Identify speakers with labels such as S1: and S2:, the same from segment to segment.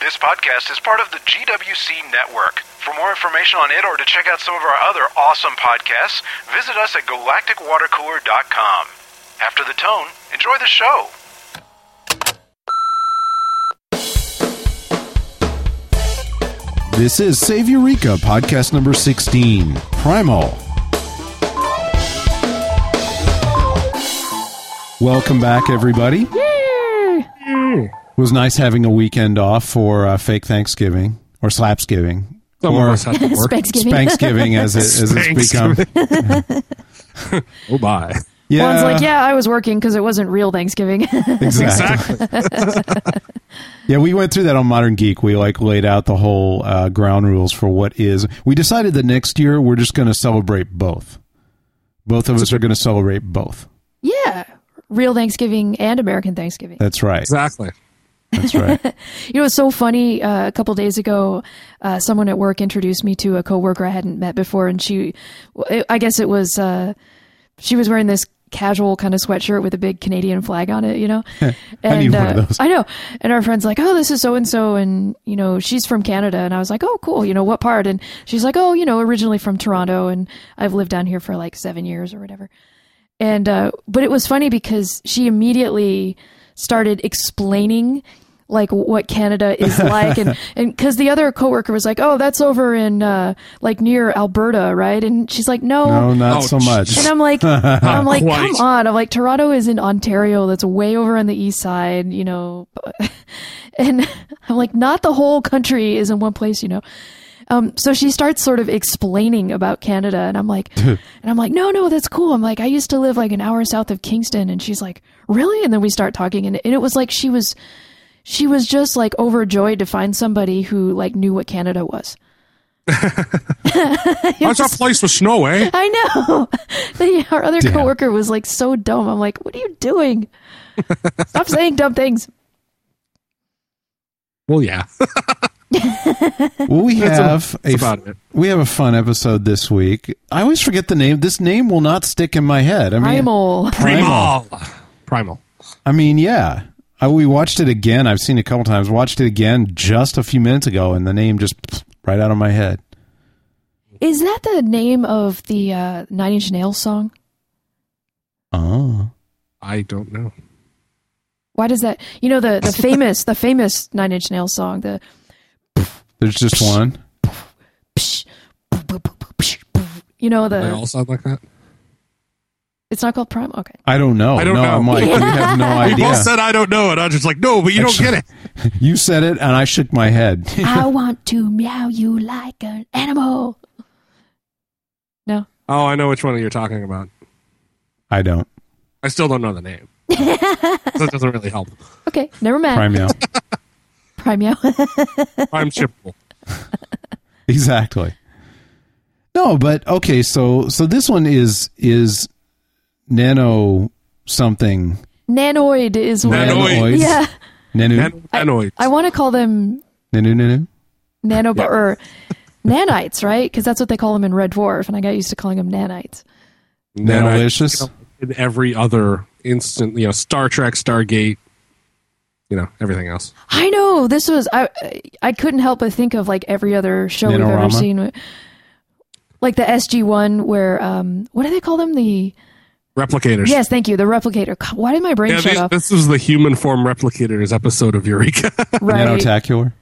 S1: This podcast is part of the GWC Network. For more information on it or to check out some of our other awesome podcasts, visit us at galacticwatercooler.com. After the tone, enjoy the show.
S2: This is Save Eureka, podcast number 16, Primal. Welcome back, everybody. was nice having a weekend off for uh, fake Thanksgiving or Slapsgiving.
S3: Some
S2: or
S3: of us have to work.
S4: Spanksgiving.
S2: Spanksgiving as, it, as it's become.
S3: oh my!
S2: Yeah,
S4: One's like, yeah, I was working because it wasn't real Thanksgiving.
S2: exactly. Yeah, we went through that on Modern Geek. We like laid out the whole uh, ground rules for what is. We decided that next year we're just going to celebrate both. Both of us are going to celebrate both.
S4: yeah, real Thanksgiving and American Thanksgiving.
S2: That's right.
S3: Exactly.
S2: That's right.
S4: You know, it's so funny. Uh, a couple days ago, uh, someone at work introduced me to a coworker I hadn't met before, and she, well, I guess it was, uh, she was wearing this casual kind of sweatshirt with a big Canadian flag on it, you know. and, uh,
S2: need one of those.
S4: I know. And our friend's like, "Oh, this is so and so," and you know, she's from Canada, and I was like, "Oh, cool. You know, what part?" And she's like, "Oh, you know, originally from Toronto, and I've lived down here for like seven years or whatever." and uh, but it was funny because she immediately started explaining like what Canada is like, and and because the other coworker was like, "Oh, that's over in uh, like near Alberta, right?" And she's like, "No."
S2: No, not
S3: Oh,
S2: so much.
S4: and I'm like, I'm like,
S3: quite.
S4: come on! I'm like, Toronto is in Ontario. That's way over on the east side, you know. And I'm like, not the whole country is in one place, you know. Um, so she starts sort of explaining about Canada, and I'm like, and I'm like, no, no, that's cool. I'm like, I used to live like an hour south of Kingston, and she's like, really? And then we start talking, and, and it was like she was, she was just like overjoyed to find somebody who like knew what Canada was.
S3: How's that place with snow, eh?
S4: I know. The, our other
S2: Damn.
S4: coworker was like so dumb. I'm like, what are you doing? Stop saying dumb things.
S3: Well, yeah.
S2: well, we have a
S3: That's about it.
S2: we have a fun episode this week. I always forget the name. This name will not stick in my head. I mean,
S4: Primal.
S2: Primal.
S3: Primal.
S2: I mean, yeah. I, we watched it again. I've seen it a couple times. Watched it again just a few minutes ago, and the name just right out of my head.
S4: Is that the name of the uh, Nine Inch Nails song?
S2: Oh,
S3: I don't know.
S4: Why does that? You know the the famous the famous Nine Inch Nails song. The
S2: there's just one.
S4: you know
S3: They
S4: the
S3: all sound like that.
S4: it's not called Primal. Okay,
S2: I don't know.
S3: I don't
S2: no,
S3: know.
S2: I'm like, you have no idea.
S3: I don't know, and I was just like, no, but you
S2: Actually- You said it, and I shook my head.
S4: I want to meow you like an animal. No,
S3: Oh, I know which one you're talking about.
S2: I don't.
S3: I still don't know the name. so that doesn't really help.
S4: okay, never mind.
S2: Prime now.
S4: Prime meow.
S3: I'm shippable.
S2: exactly. No, but okay. So, so this one is is nano something.
S4: Nanoid is one.
S3: Nanoids.
S4: Yeah,
S2: Nano.
S3: Nan- nanoids.
S4: I want to call them
S2: Nano. Nano.
S4: nanobot or nanites, right? Because that's what they call them in Red Dwarf, and I got used to calling them nanites.
S2: Nanolicious.
S3: Nanites, you know, in every other instant, you know, Star Trek, Stargate, you know, everything else.
S4: I know this was I. I couldn't help but think of like every other show we've ever
S2: Nanorama?
S4: seen, like the SG one where um, what do they call them? The
S3: Replicators.
S4: yes, thank you, the replicator. God, Why did my brain
S3: Yeah,
S4: shut
S3: these-
S4: off?
S3: this is the human form replicators episode of Eureka.
S4: Right?
S2: Nanotacular.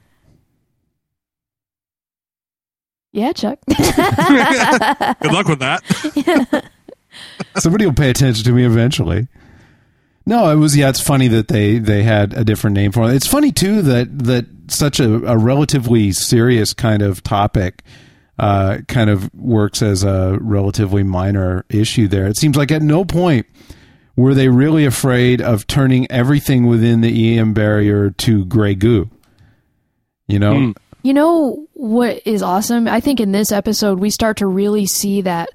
S4: Yeah, Chuck.
S3: Good luck with that.
S2: Somebody will pay attention to me eventually. No, it was yeah. It's funny that they they had a different name for it. It's funny too that that such a, a relatively serious kind of topic uh, kind of works as a relatively minor issue. There, it seems like at no point were they really afraid of turning everything within the EM barrier to gray goo. You know,
S4: You know what is awesome? I think in this episode we start to really see that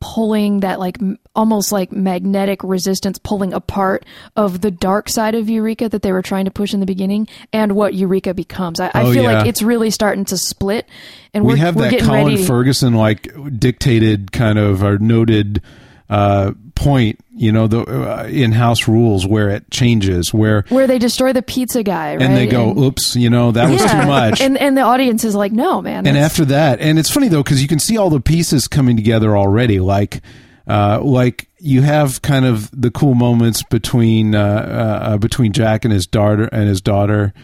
S4: pulling that like m- almost like magnetic resistance pulling apart of the dark side of Eureka that they were trying to push in the beginning and what Eureka becomes. I, I
S2: Oh,
S4: feel
S2: yeah.
S4: like it's really starting to split and
S2: we
S4: are
S2: have
S4: we're
S2: that
S4: getting
S2: Colin
S4: ready.
S2: Ferguson like dictated kind of or noted uh, point, you know, the uh, in-house rules where it changes, where
S4: where they destroy the pizza guy, right?
S2: and they go,
S4: And-
S2: "Oops, you know, that was
S4: Yeah.
S2: too much."
S4: And and the audience is like, no, man.
S2: and
S4: that's-
S2: after that and it's funny though because you can see all the pieces coming together already like uh, like you have kind of the cool moments between uh, uh, uh, between Jack and his daughter and his daughter,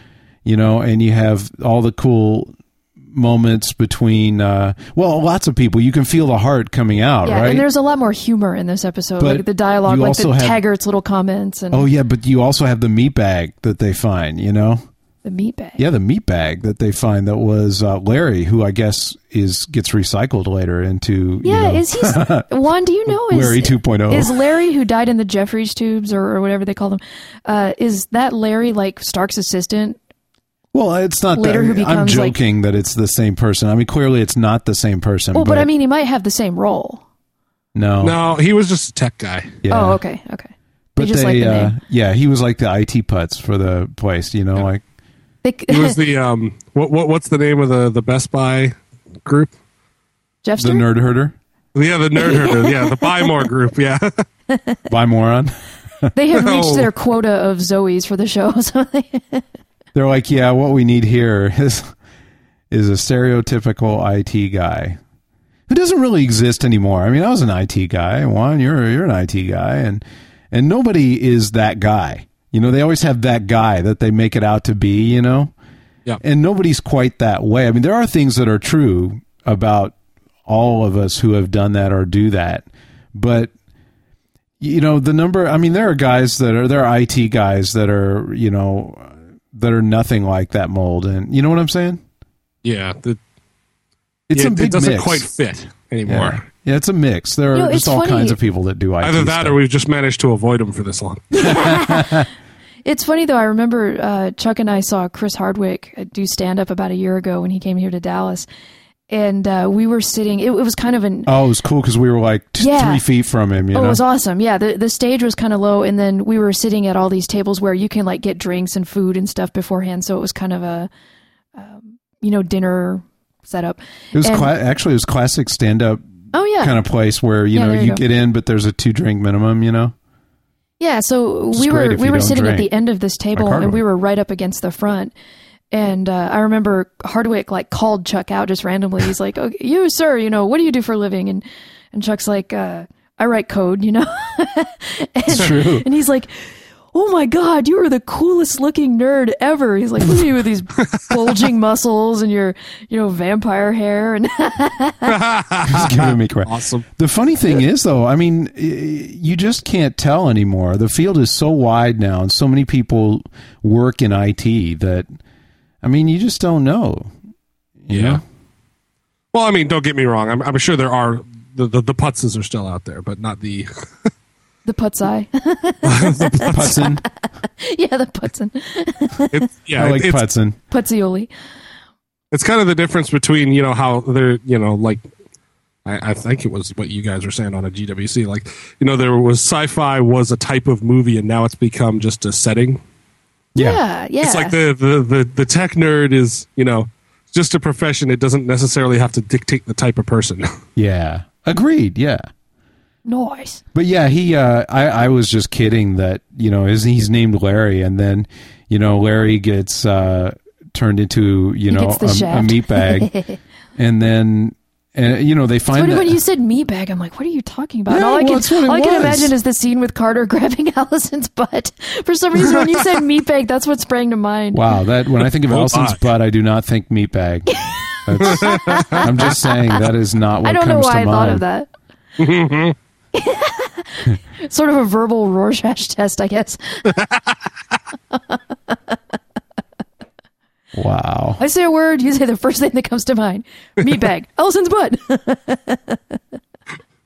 S2: you know, and you have all the cool moments between uh, well, lots of people. You can feel the heart coming out,
S4: yeah,
S2: right?
S4: and there's a lot more humor in this episode,
S2: But
S4: like the dialogue,
S2: you
S4: like the
S2: also have-
S4: Taggart's little comments, and
S2: oh yeah, but you also have the meat bag that they find, you know.
S4: the meat bag.
S2: Yeah, the meat bag that they find that was uh, Larry, who I guess is gets recycled later into you
S4: Yeah,
S2: know,
S4: is he Juan? Do you know is
S2: Larry oh. 2.0.
S4: Is Larry who died in the Jeffries tubes or, or whatever they call them? Uh, is that Larry like Stark's assistant?
S2: Well, it's not
S4: Later
S2: that.
S4: who
S2: I'm
S4: becomes, like-
S2: joking that it's the same person. I mean, clearly it's not the same person.
S4: Well, but I mean, he might have the same role.
S2: no,
S3: No, he was just a tech guy.
S2: yeah.
S4: Oh, okay, okay.
S2: But
S4: they just like the
S2: uh,
S4: name.
S2: yeah, he was like the IT putz for the place. You know, like
S4: They,
S3: He was the um. What what what's the name of the the Best Buy group?
S4: Jeffster.
S2: the nerd herder,
S3: Yeah, the nerd herder. Yeah, the buy more group. Yeah,
S2: by moron.
S4: They had reached
S3: No.
S4: their quota of Zoe's for the show. So they,
S2: They're like, yeah, what we need here is is a stereotypical IT guy who doesn't really exist anymore. I mean, I was an IT guy. Juan, you're you're an IT guy, and and nobody is that guy. You know, they always have that guy that they make it out to be. You know.
S3: yeah.
S2: and nobody's quite that way. I mean, there are things that are true about all of us who have done that or do that, but you know, the number. I mean, there are guys that are there are IT guys that are you know that are nothing like that mold, and you know what I'm saying?
S3: yeah. The,
S2: It's
S3: yeah,
S2: a big
S3: it doesn't
S2: mix.
S3: quite fit anymore.
S2: yeah. yeah, it's a mix. There are
S4: You know,
S2: just
S4: it's
S2: all
S4: funny.
S2: kinds of people that do IT.
S3: Either that
S2: stuff.
S3: or we've just managed to avoid him for this long.
S4: it's funny though. I remember uh, Chuck and I saw Chris Hardwick uh, do stand up about a year ago when he came here to Dallas, and uh, we were sitting. It, it was kind of an
S2: Oh, it was cool because we were like t-
S4: Yeah.
S2: three feet from him. You
S4: Oh,
S2: know?
S4: it was awesome. Yeah, the the stage was kind of low, and then we were sitting at all these tables where you can like get drinks and food and stuff beforehand. So it was kind of a, um, you know, dinner setup.
S2: It was
S4: And-
S2: cla- actually it was classic stand up
S4: Oh yeah,
S2: kind of place where you
S4: Yeah,
S2: know
S4: there you
S2: you
S4: go.
S2: get in, but there's a two drink minimum. You know.
S4: yeah. So
S2: It's
S4: we
S2: great
S4: were
S2: if
S4: we
S2: you
S4: were
S2: don't
S4: sitting at
S2: drink,
S4: the end of this table, and we
S2: Hardwick.
S4: were right up against the front. And uh, I remember Hardwick like called Chuck out just randomly. He's like, oh, "You sir, you know what do you do for a living?" And and Chuck's like, uh, "I write code," you know.
S2: It's true.
S4: And he's like, Oh my God, you are the coolest looking nerd ever. He's like, Look at you with these bulging muscles and your, you know, vampire hair. And
S2: He's giving me crap.
S3: Awesome.
S2: The funny thing is, though, I mean, i- you just can't tell anymore. The field is so wide now, and so many people work in IT that, I mean, you just don't know. you know?
S3: Well, I mean, don't get me wrong. I'm, I'm sure there are the, the the putzes are still out there, but not the
S4: the putz eye.
S2: Putson.
S4: yeah, the putzen.
S3: it's yeah.
S2: I like
S3: it's,
S2: Putson.
S4: Putzioli.
S3: it's kind of the difference between you know how they're you know like I, I think it was what you guys were saying on a GWC like you know there was sci-fi was a type of movie and now it's become just a setting.
S2: Yeah.
S4: Yeah, yeah.
S3: It's like the the the, the tech nerd is you know just a profession. It doesn't necessarily have to dictate the type of person.
S2: Yeah. Agreed. Yeah.
S4: noise.
S2: But yeah, he. Uh, I I was just kidding that you know his, he's named Larry, and then you know Larry gets uh, turned into you know
S4: gets the
S2: a, a
S4: shaft.
S2: meat bag, and then and you know they find
S4: But
S2: that-
S4: when you said meatbag, I'm like, what are you talking about?
S2: Yeah,
S4: all I
S2: well,
S4: can,
S2: that's what it
S4: all I can
S2: was.
S4: imagine is the scene with Carter grabbing Allison's butt. For some reason, when you said meatbag, that's what sprang to mind.
S2: Wow, that when I think of
S3: Oh,
S2: Allison's
S3: my.
S2: butt, I do not think meatbag. That's- I'm just saying that is not what
S4: I don't know
S2: comes
S4: why
S2: to
S4: I
S2: mind.
S4: thought of that. sort of a verbal Rorschach test, I guess.
S2: Wow,
S4: I say a word, you say the first thing that comes to mind. Meatbag. Ellison's butt.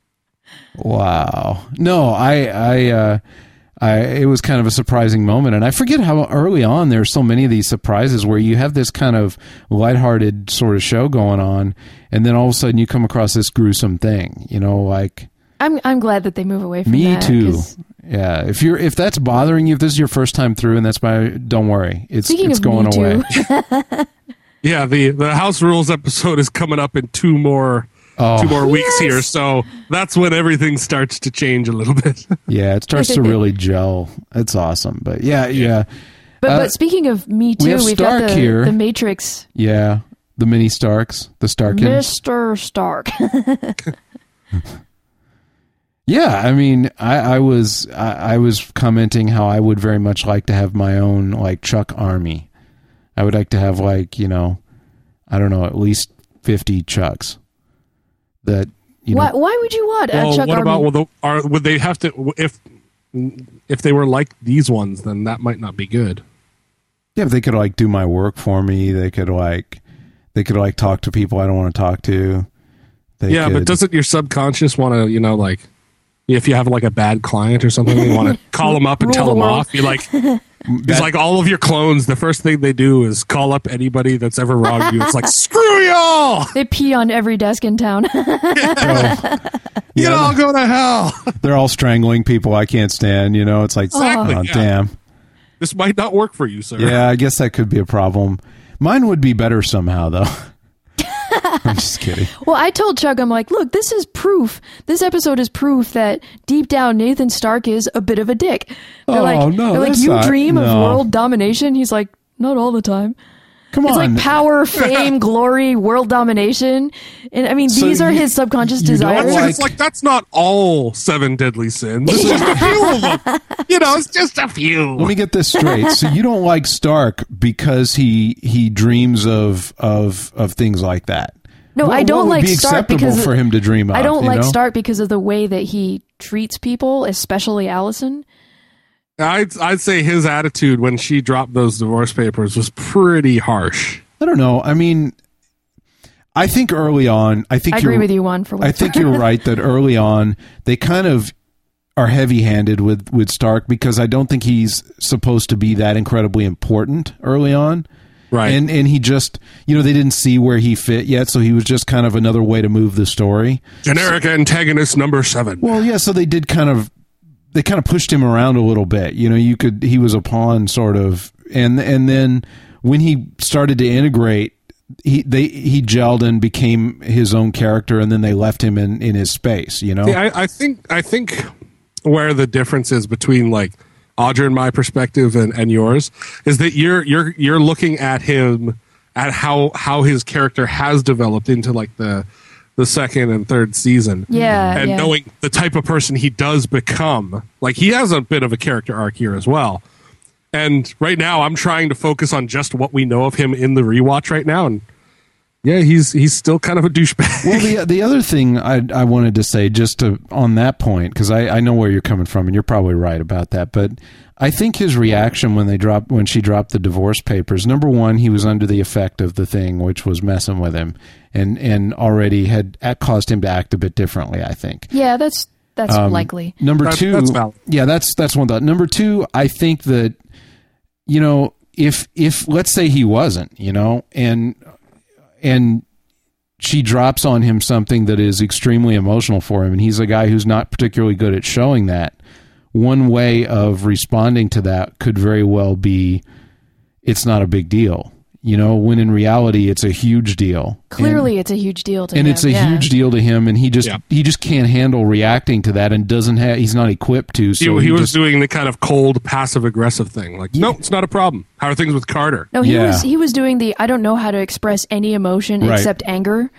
S2: wow. No, I, I, uh, I. It was kind of a surprising moment, and I forget how early on there are so many of these surprises where you have this kind of lighthearted sort of show going on, and then all of a sudden you come across this gruesome thing. You know, like
S4: I'm I'm glad that they move away from
S2: me
S4: that,
S2: too.
S4: 'cause
S2: Yeah, if you're if that's bothering you, if this is your first time through, and that's by don't worry, it's
S4: Speaking
S2: it's
S4: of
S2: going
S4: me
S2: away.
S4: too,
S3: yeah, the the House Rules episode is coming up in two more
S2: Oh.
S3: two more weeks here. So that's when everything starts to change a little bit.
S2: Yeah, it starts to really gel. It's awesome. But yeah, yeah,
S4: But,
S2: Uh,
S4: but speaking of Me Too,
S2: we have
S4: have got
S2: Stark
S4: the,
S2: here.
S4: the Matrix,
S2: yeah. The mini Starks, the Starkins.
S4: Mr. Stark.
S2: Yeah, I mean, I, I was I, I was commenting how I would very much like to have my own like Chuck army. I would like to have like you know, I don't know, at least fifty Chucks. That you
S4: why,
S2: know,
S4: why would you want a
S3: well,
S4: Chuck
S3: what
S4: Army?
S3: about well, the, are, would they have to if if they were like these ones? Then that might not be good.
S2: yeah, if they could like do my work for me. They could like they could like talk to people I don't want to talk to. They
S3: yeah, but
S2: could-
S3: doesn't your subconscious want to you know like if you have like a bad client or something, you want to call them up and
S4: Rule
S3: tell
S4: the
S3: them
S4: world.
S3: off? You like. It's
S2: that-
S3: like all of your clones. The first thing they do is call up anybody that's ever wronged you. It's like screw y'all.
S4: They pee on every desk in town.
S3: You all go to hell.
S2: they're all strangling people I can't stand. You know, it's like
S3: Exactly,
S2: oh,
S3: yeah.
S2: damn.
S3: this might not work for you, sir.
S2: Yeah, I guess that could be a problem. Mine would be better somehow, though. I'm just kidding.
S4: well, I told Chuck, I'm like, look, this is proof. This episode is proof that deep down Nathan Stark is a bit of a dick. They're
S2: Oh,
S4: like,
S2: no,
S4: they're like
S2: that's
S4: you
S2: not-
S4: dream of
S2: no.
S4: world domination. He's like, not all the time.
S2: Come
S4: It's
S2: on.
S4: like power, fame, glory, world domination. And I mean,
S2: So
S4: these are
S2: you-
S4: his subconscious
S2: you don't
S4: desires.
S3: That's
S2: like-
S3: it's like that's not all seven deadly sins. This is just a few of them. You know, it's just a
S2: Let
S3: few.
S2: me get this straight. So you don't like Stark because he he dreams of of of things like that.
S4: No,
S2: What-
S4: I
S2: what
S4: don't
S2: would
S4: like
S2: be
S4: Stark
S2: acceptable
S4: because
S2: for him to dream of.
S4: I don't
S2: you
S4: like
S2: know?
S4: Stark because of the way that he treats people, especially Allison.
S3: I'd I'd say his attitude when she dropped those divorce papers was pretty harsh.
S2: I don't know. I mean, I think early on, I think
S4: I agree
S2: you're-
S4: with you, Juan, for
S2: I
S4: once.
S2: think you're right that early on they kind of are heavy-handed with with Stark because I don't think he's supposed to be that incredibly important early on.
S3: Right.
S2: And and he just, you know, they didn't see where he fit yet, so he was just kind of another way to move the story.
S3: Generic antagonist number seven.
S2: Well, yeah, so they did kind of they kind of pushed him around a little bit. You know, you could he was a pawn sort of and and then when he started to integrate he they he gelled and became his own character and then they left him in in his space, you know.
S3: See, I, I think I think where the difference is between like Audra and my perspective and, and yours is that you're you're you're looking at him at how how his character has developed into like the the second and third season.
S4: Yeah,
S3: And
S4: yeah.
S3: knowing the type of person he does become. Like he has a bit of a character arc here as well. And right now I'm trying to focus on just what we know of him in the rewatch right now and yeah, he's he's still kind of a douchebag.
S2: Well, the the other thing I I wanted to say just to, on that point because I I know where you're coming from and you're probably right about that, but I think his reaction when they dropped when she dropped the divorce papers. Number one, he was under the effect of the thing which was messing with him, and and already had that caused him to act a bit differently. I think.
S4: yeah, that's that's
S2: Um,
S4: likely.
S2: Number
S3: That-
S2: two,
S3: that's valid.
S2: yeah, that's that's one thought. Number two, I think that you know if if let's say he wasn't, you know, and and she drops on him something that is extremely emotional for him, and he's a guy who's not particularly good at showing that. One way of responding to that could very well be, it's not a big deal, you know. When in reality, it's a huge deal. And-
S4: Clearly, it's a huge deal to
S2: and
S4: him,
S2: it's a
S4: yeah.
S2: huge deal to him and he just
S3: Yeah.
S2: he just can't handle reacting to that and doesn't have he's not equipped to so
S3: he, he was
S2: just-
S3: doing the kind of cold, passive aggressive thing. Like, no, it's not a problem. How are things with Carter?
S4: No, he
S2: Yeah.
S4: was he was doing the I don't know how to express any emotion
S2: Right.
S4: except anger.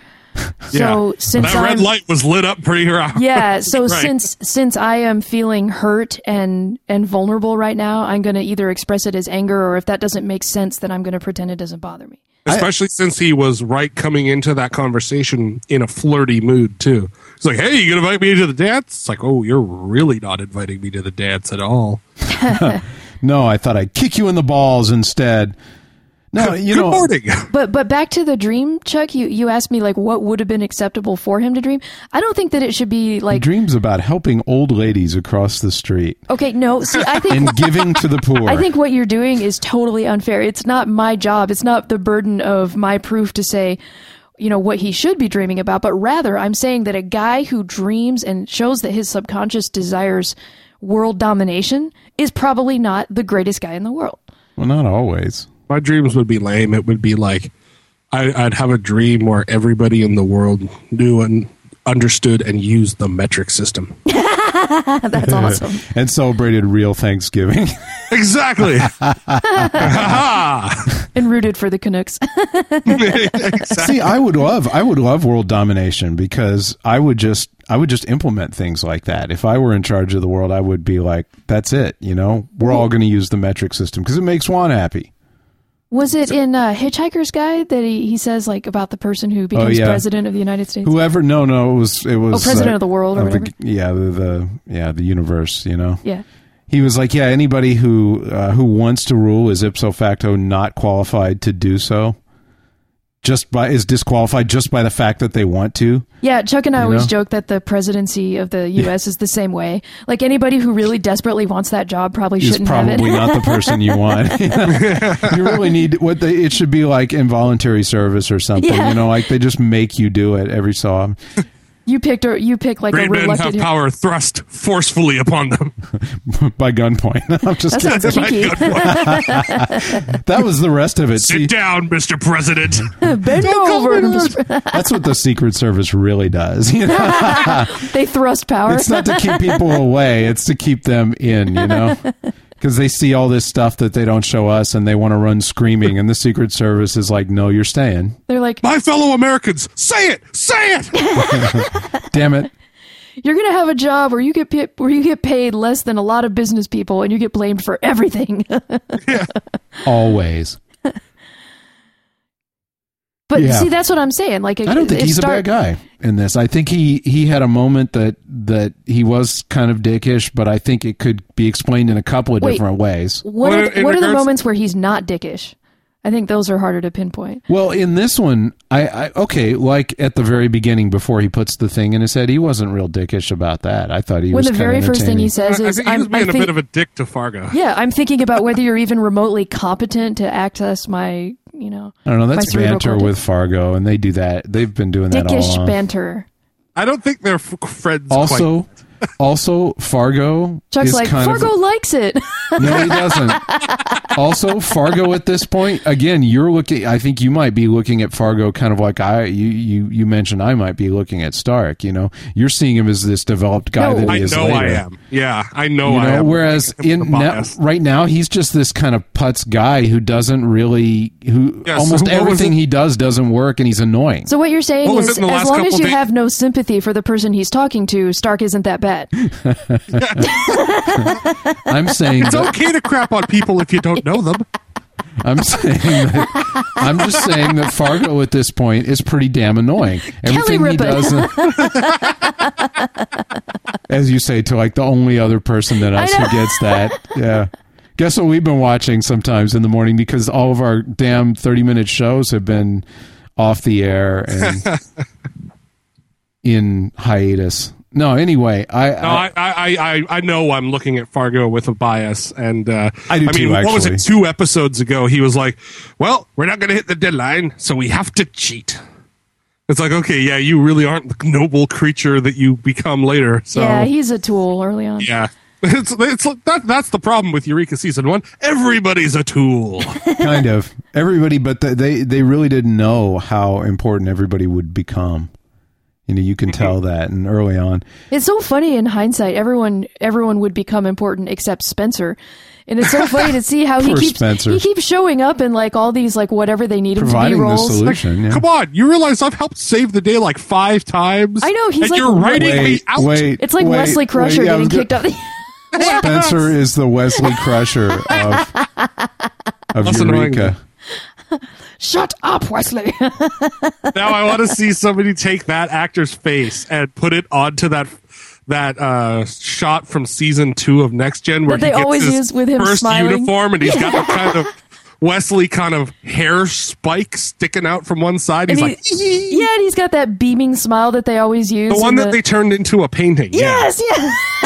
S4: So since
S3: that
S4: I'm
S3: red light was lit up pretty hard.
S4: yeah, so
S3: Right.
S4: since since I am feeling hurt and and vulnerable right now, I'm going to either express it as anger or if that doesn't make sense, then I'm going to pretend it doesn't bother me.
S3: Especially since he was right coming into that conversation in a flirty mood too. He's like, "Hey, you gonna invite me to the dance?" It's like, "Oh, you're really not inviting me to the dance at all."
S2: no i thought i'd kick you in the balls instead no you
S3: Good
S2: know
S3: morning.
S4: But but back to the dream, Chuck. You you asked me like what would have been acceptable for him to dream. I don't think that it should be
S2: he
S4: like
S2: dreams about helping old ladies across the street
S4: okay, no. See, I think
S2: and giving to the poor
S4: I think what you're doing is totally unfair. It's not my job. It's not the burden of my proof to say, you know, what he should be dreaming about, but rather I'm saying that a guy who dreams and shows that his subconscious desires world domination is probably not the greatest guy in the world.
S2: well not always
S3: My dreams would be lame. It would be like, I, I'd have a dream where everybody in the world knew and understood and used the metric system.
S4: That's awesome.
S2: and celebrated real Thanksgiving.
S3: Exactly.
S4: And rooted for the Canucks.
S2: See, I would love I would love world domination because I would just I would just implement things like that. If I were in charge of the world, I would be like, that's it, you know. We're all going to use the metric system because it makes Juan happy.
S4: Was it in uh, Hitchhiker's Guide that he, he says like about the person who becomes
S2: yeah.
S4: president of the United States?
S2: Whoever no, no, it was it was
S4: Oh, president of the world or whatever.
S2: yeah, the, the yeah, the universe, you know.
S4: yeah.
S2: He was like, yeah, anybody who uh, who wants to rule is ipso facto not qualified to do so. Just by is disqualified just by the fact that they want to.
S4: Yeah, Chuck and I always
S2: know?
S4: joke that the presidency of the U.S. is the same way. Like anybody who really desperately wants that job probably
S2: is
S4: shouldn't have
S2: probably
S4: it.
S2: not the person you want. you, really need what they, it should be like involuntary service or something.
S4: Yeah.
S2: You know, like they just make you do it every so often.
S4: you picked or you pick like a
S3: Great men have
S4: reluctant.
S3: power thrust forcefully upon them.
S2: by gunpoint. I'm just
S4: That
S2: kidding.
S4: sounds kinky.
S2: That was the rest of it. See,
S3: Sit down, Mr. President.
S4: Bend over.
S2: that's what the Secret Service really does. You know,
S4: They thrust power.
S2: it's not to keep people away; it's to keep them in. You know. Because they see all this stuff that they don't show us, and they want to run screaming. And the Secret Service is like, "No, you're staying.
S4: They're like,
S3: My fellow Americans, say it, say it.
S2: Damn it!
S4: you're gonna have a job where you get pa- where you get paid less than a lot of business people, and you get blamed for everything.
S2: Always."
S4: but
S2: Yeah.
S4: see, that's what I'm saying. Like, it,
S2: I don't think
S4: it
S2: he's
S4: start-
S2: a bad guy in this. I think he he had a moment that that he was kind of dickish, but I think it could be explained in a couple of
S4: Wait.
S2: different ways.
S4: What
S3: Well,
S4: are,
S3: in-
S4: the,
S3: in
S4: what are the
S3: regards-
S4: moments where he's not dickish? I think those are harder to pinpoint.
S2: Well, in this one, I, I okay, like at the very beginning before he puts the thing in his head, he wasn't real dickish about that. I thought he
S4: when
S2: was
S4: the
S2: kinda
S4: very first thing he
S2: entertaining.
S4: says
S3: I
S4: is,
S3: think he was
S4: I'm, I
S3: being a
S4: think,
S3: bit of a dick to Fargo.
S4: yeah, I'm thinking about whether you're even remotely competent to access my, you know,
S2: I don't know.
S4: my
S2: That's
S4: cerebral
S2: banter
S4: cortex."
S2: with Fargo, and they do that. They've been doing that all
S4: dickish
S2: along.
S4: banter.
S3: I don't think they're f- friends. quite.
S2: Also, also Fargo
S4: Chuck's
S2: is
S4: like,
S2: kind of
S4: Fargo likes it.
S2: No, he doesn't. also, Fargo at this point, again, you're looking. I think you might be looking at Fargo kind of like I you you, you mentioned. I might be looking at Stark. You know, you're seeing him as this developed guy
S4: No.
S2: that
S3: I
S2: he is
S3: know I
S2: later.
S3: am. Yeah, I know,
S2: You
S3: I
S2: know,
S3: am.
S2: whereas
S3: I'm
S2: in now,
S3: biased.
S2: right now he's just this kind of putz guy who doesn't really who
S3: Yeah, so
S2: almost
S3: what was
S2: everything
S3: it-
S2: he does doesn't work and he's annoying.
S4: So what you're saying
S3: What was
S4: is,
S3: it in the
S4: as
S3: last
S4: long as
S3: couple
S4: you
S3: days?
S4: have no sympathy for the person he's talking to, Stark isn't that bad.
S2: I'm saying
S3: it's
S2: that-
S3: okay to crap on people if you don't know them.
S2: I'm saying that, I'm just saying that Fargo at this point is pretty damn annoying. Everything he
S4: Ripa.
S2: does, as you say, to like the only other person than us
S4: I
S2: who
S4: know.
S2: gets that. Yeah. Guess what we've been watching sometimes in the morning because all of our damn thirty minute shows have been off the air and in hiatus. No, anyway, I,
S3: No,
S2: I-
S3: I, I, I, I know I'm looking at Fargo with a bias, and uh,
S2: I do
S3: mean,
S2: too,
S3: what was
S2: actually.
S3: it? Two episodes ago, he was like, "Well, we're not going to hit the deadline, so we have to cheat." It's like, okay, yeah, you really aren't the noble creature that you become later. So
S4: Yeah, he's a tool early on.
S3: yeah. It's, it's that, that's the problem with Eureka season one. Everybody's a tool.
S2: kind of everybody but the, they they really didn't know how important everybody would become you know you can tell that and early on
S4: It's so funny in hindsight. Everyone everyone would become important except Spencer. And it's so funny to see how he
S2: Poor
S4: keeps
S2: Spencer.
S4: he keeps showing up in like all these like whatever they need him to be
S2: providing the
S4: roles.
S2: solution yeah.
S3: Come on, you realize I've helped save the day like five times.
S4: I know, he's
S3: and
S4: like-
S3: you're writing me
S2: wait
S3: out.
S2: wait
S4: It's like
S2: wait,
S4: Wesley
S2: wait,
S4: Crusher
S2: yeah, I was
S4: getting
S2: gonna-
S4: kicked up.
S2: Spencer is the Wesley Crusher of of
S3: Less annoying.
S2: Eureka
S4: Shut up, Wesley.
S3: now I want to see somebody take that actor's face and put it onto that that uh, shot from season two of Next Gen where
S4: That
S3: he
S4: they
S3: gets
S4: always
S3: his
S4: use with him
S3: first
S4: smiling.
S3: uniform and he's got the kind of Wesley kind of hair spike sticking out from one side.
S4: And
S3: He's
S4: he-
S3: like "Ee-hee."
S4: yeah, and he's got that beaming smile that they always use.
S3: the one
S4: in
S3: that they turned into a painting.
S4: Yes, yeah.
S3: yeah.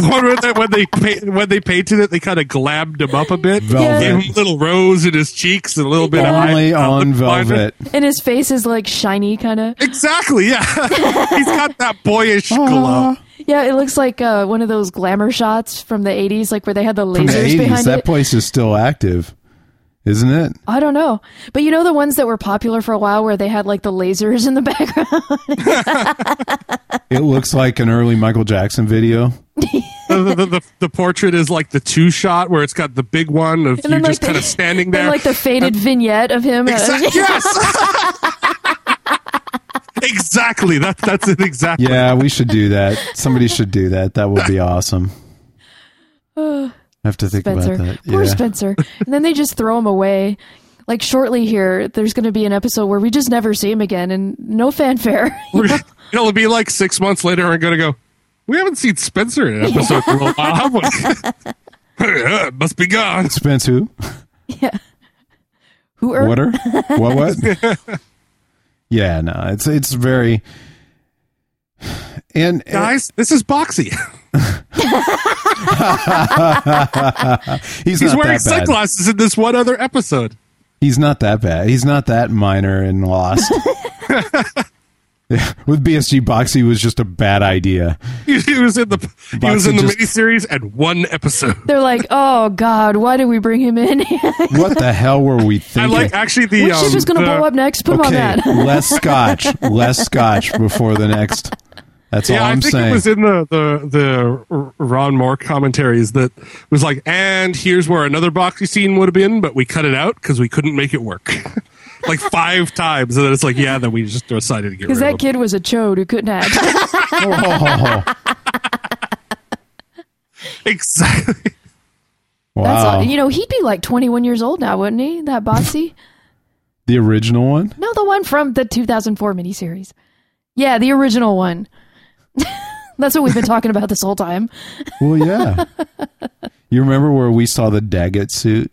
S3: the one where they, when they pa- when they painted it, they kind of glammed him up a bit,
S2: Velvet.
S3: gave him a little rose in his cheeks and a little bit of eye-
S2: only
S3: uh,
S2: on
S3: lip liner.
S2: velvet
S4: And his face is like shiny kind of.
S3: Exactly. Yeah, he's got that boyish glow.
S4: Yeah, it looks like uh, one of those glamour shots from the 80s like where they had the
S2: from the
S4: lasers
S2: 80s
S4: behind
S2: that
S4: it.
S2: place is still active isn't it?
S4: I don't know. But you know the ones that were popular for a while where they had like the lasers in the background?
S2: It looks like an early Michael Jackson video.
S3: the, the, the, the portrait is like the two shot where it's got the big one of
S4: And
S3: you
S4: then, like,
S3: just
S4: the-
S3: kind of standing
S4: and
S3: there.
S4: like the faded vignette of him.
S3: Exactly. Yes. exactly. That, that's it. Exactly.
S2: Yeah, we should do that. Somebody should do that. That would be awesome. I have to think
S4: Spencer.
S2: about that.
S4: Poor
S2: yeah.
S4: Spencer. And then they just throw him away. Like shortly here, there's going to be an episode where we just never see him again and no fanfare.
S3: We're- It'll be like six months later, and going to go. We haven't seen Spencer in an episode for a while. have we?" Yeah, it must be gone.
S2: Spence who?
S4: Who are,
S2: Water? what what? yeah, no, it's it's very and
S3: Guys, this is Boxy.
S2: he's,
S3: He's
S2: not that
S3: wearing
S2: bad.
S3: sunglasses in this one other episode.
S2: He's not that bad. He's not that minor and lost. Yeah, With BSG Boxy was just a bad idea.
S3: He, he was in the he was
S2: Boxy
S3: in the
S2: just-
S3: miniseries and one episode.
S4: They're like, oh God, why did we bring him in? Which
S2: What the hell were we
S3: I
S2: thinking?
S3: like actually the um,
S4: ship is going to
S3: the-
S4: blow up next? Put him on
S2: okay,
S4: that.
S2: less scotch, less scotch before the next. That's
S3: Yeah,
S2: all
S3: I
S2: I'm
S3: think
S2: saying.
S3: it was in the the the R- Ron Moore commentaries that was like, and here's where another boxy scene would have been, but we cut it out because we couldn't make it work. like five times, and then it's like, yeah, then we just decided to get rid
S4: Because that
S3: of him.
S4: kid was a chode who couldn't act.
S2: Oh,
S3: Exactly.
S4: That's
S2: Oh, wow.
S4: all, you know, he'd be like 21 years old now, wouldn't he? That boxy?
S2: the original one?
S4: no, the one from the 2004 miniseries. Yeah, the original one. That's what we've been talking about this whole time.
S2: Well, yeah. you remember where we saw the Daggett suit